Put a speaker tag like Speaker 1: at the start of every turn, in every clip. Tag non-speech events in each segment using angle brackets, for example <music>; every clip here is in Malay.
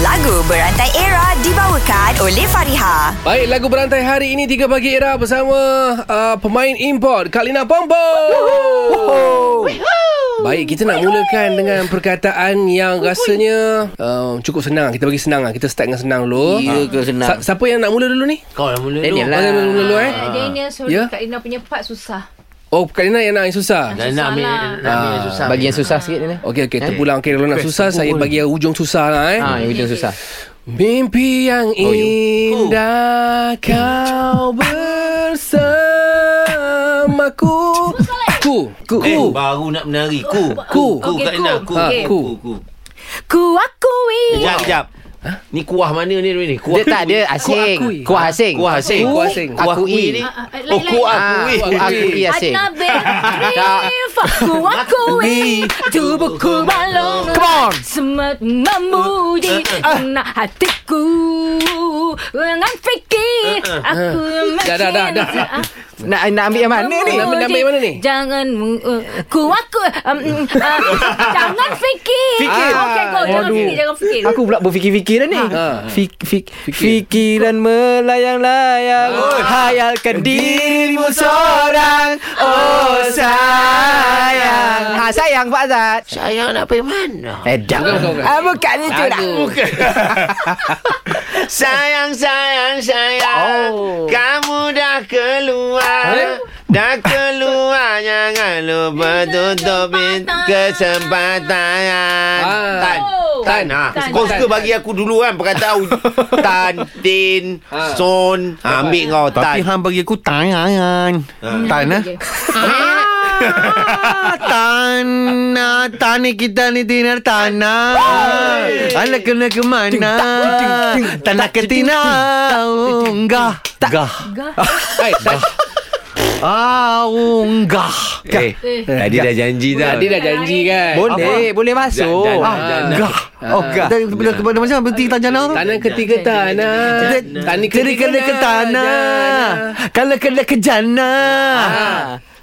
Speaker 1: Lagu Berantai Era dibawakan oleh Fariha.
Speaker 2: Baik, lagu berantai hari ini 3 pagi era bersama uh, pemain import Kalina Pompo. Baik, kita nak mulakan dengan perkataan yang rasanya uh, cukup senang. Kita bagi senang lah. Kita start dengan senang dulu. Ha.
Speaker 3: Ya ke senang?
Speaker 2: Ah. Sa- siapa yang nak mula dulu ni?
Speaker 4: Kau yang mula
Speaker 3: Daniel
Speaker 2: Oh, yang mula
Speaker 3: lah.
Speaker 2: dulu, dulu eh.
Speaker 5: Ah, Daniel sorry
Speaker 2: Ya?
Speaker 5: yeah? Kak Lina punya part susah.
Speaker 2: Oh, Kalina yang nak yang susah.
Speaker 4: Dan nak ambil, nak
Speaker 5: Susah
Speaker 4: ambil
Speaker 2: lah.
Speaker 4: yang susah.
Speaker 3: Ah, Bagi yang susah sikit ni lah.
Speaker 2: Okey, okey. Terpulang. Okey, kalau nak susah, saya bagi yang ujung susah lah eh.
Speaker 3: Ha, yang hujung susah.
Speaker 2: Mimpi yang indah kau bersamaku. Ku, ku,
Speaker 4: Ku. Eh,
Speaker 2: ku.
Speaker 4: baru nak menari. Ku.
Speaker 2: Ku.
Speaker 4: Ku
Speaker 5: Okey,
Speaker 4: Kak Lina. Ku.
Speaker 5: ku. Okey.
Speaker 4: Ku. Ku.
Speaker 5: Ku akui.
Speaker 4: Kejap, kejap. Ni kuah mana ni ni? Kuah
Speaker 3: Dia tak, dia
Speaker 2: akui.
Speaker 3: asing. Kuah asing.
Speaker 4: Kuah asing.
Speaker 2: Kuah asing.
Speaker 4: Kuah kui ni.
Speaker 5: Ah, ah, ah,
Speaker 4: Oh,
Speaker 5: lain,
Speaker 4: kuah
Speaker 5: lain.
Speaker 3: Ah,
Speaker 4: kui.
Speaker 3: Kuah akui asing.
Speaker 5: Adnabe Rif Aku akui Tubuhku malu
Speaker 3: Come on.
Speaker 5: Semat memuji Kena hatiku Dengan fikir Aku makin
Speaker 2: Dah, dah, dah, dah.
Speaker 3: Nak nak ambil yang mana ni?
Speaker 2: Nak ambil- nak ambil mana ni?
Speaker 5: Jangan mu- uh, Ku aku um, mm, ah, Jangan fikir
Speaker 3: Fikir.
Speaker 5: Ah, Okay go Jangan
Speaker 3: Aduh.
Speaker 5: fikir Jangan fikir
Speaker 3: Aku pula berfikir-fikir dah ni.
Speaker 2: Ha.
Speaker 3: Fik, fik, fikiran melayang-layang. Hayalkan dirimu seorang. Oh sayang. Ha sayang Pak Zat.
Speaker 4: Saya nak pergi mana?
Speaker 3: Eh dah.
Speaker 2: Bukan, bukan, bukan.
Speaker 3: Ah, bukan itu dah.
Speaker 2: Lagu.
Speaker 4: <laughs> Sayang, sayang, sayang
Speaker 3: Oh.
Speaker 4: Kamu dah keluar
Speaker 2: Eh?
Speaker 4: Dah keluar Jangan lupa tutup pin- kesempatan
Speaker 2: Ah.
Speaker 4: Tan
Speaker 5: Oh.
Speaker 4: Tan, ha.
Speaker 5: Tan.
Speaker 4: Kau suka
Speaker 2: Tan.
Speaker 4: bagi aku dulu kan Perkataan uj- Tan Tin
Speaker 2: Ah.
Speaker 4: Son ha, Ambil kau
Speaker 6: Tapi
Speaker 4: Tan
Speaker 6: hang bagi aku tangan. Tan eh.
Speaker 5: Okay.
Speaker 6: <laughs> Ah, tan ah, tan ni kita ni dinar tanah. Ala kena ke mana? Tanah ke tinang. Gah. Gah.
Speaker 2: Hai, dah.
Speaker 6: Ah, unggah.
Speaker 4: Eh Tadi dah janji dah
Speaker 2: Tadi dah janji kan
Speaker 3: Boleh, boleh masuk.
Speaker 4: Jan- jan-
Speaker 3: Ah,
Speaker 2: jan-
Speaker 6: Ah, gah. Oh, gah. Bila kepada macam berarti tanjana tu.
Speaker 2: Tanah ketiga tanah Tanah
Speaker 6: Kena kena ke tanah. Kalau kena ke jana.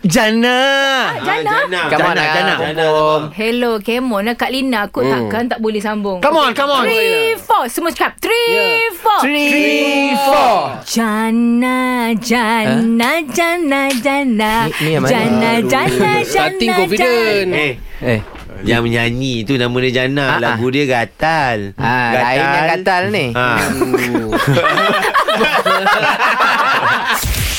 Speaker 6: Jana.
Speaker 3: Ah,
Speaker 4: Ah.
Speaker 5: Jana.
Speaker 4: lah,
Speaker 3: Come on,
Speaker 6: Jana,
Speaker 3: ah.
Speaker 6: Jana.
Speaker 5: Hello, come on lah Kak Lina. Aku hmm. takkan tak boleh sambung.
Speaker 6: Come on, come on.
Speaker 5: Three, four. Semua cakap. Three,
Speaker 2: Yeah.
Speaker 5: yeah. four.
Speaker 6: Three, four.
Speaker 5: Jana, Jana, Jana, Jana.
Speaker 3: Ni- ni yang mana?
Speaker 5: Jana, Jana, Jana.
Speaker 2: Starting confident
Speaker 4: Eh
Speaker 3: Eh.
Speaker 4: Yang menyanyi tu nama dia Jana
Speaker 3: Ah, ah.
Speaker 4: Lagu dia Gatal
Speaker 3: Ah, lainnya gatal ni.
Speaker 4: ha.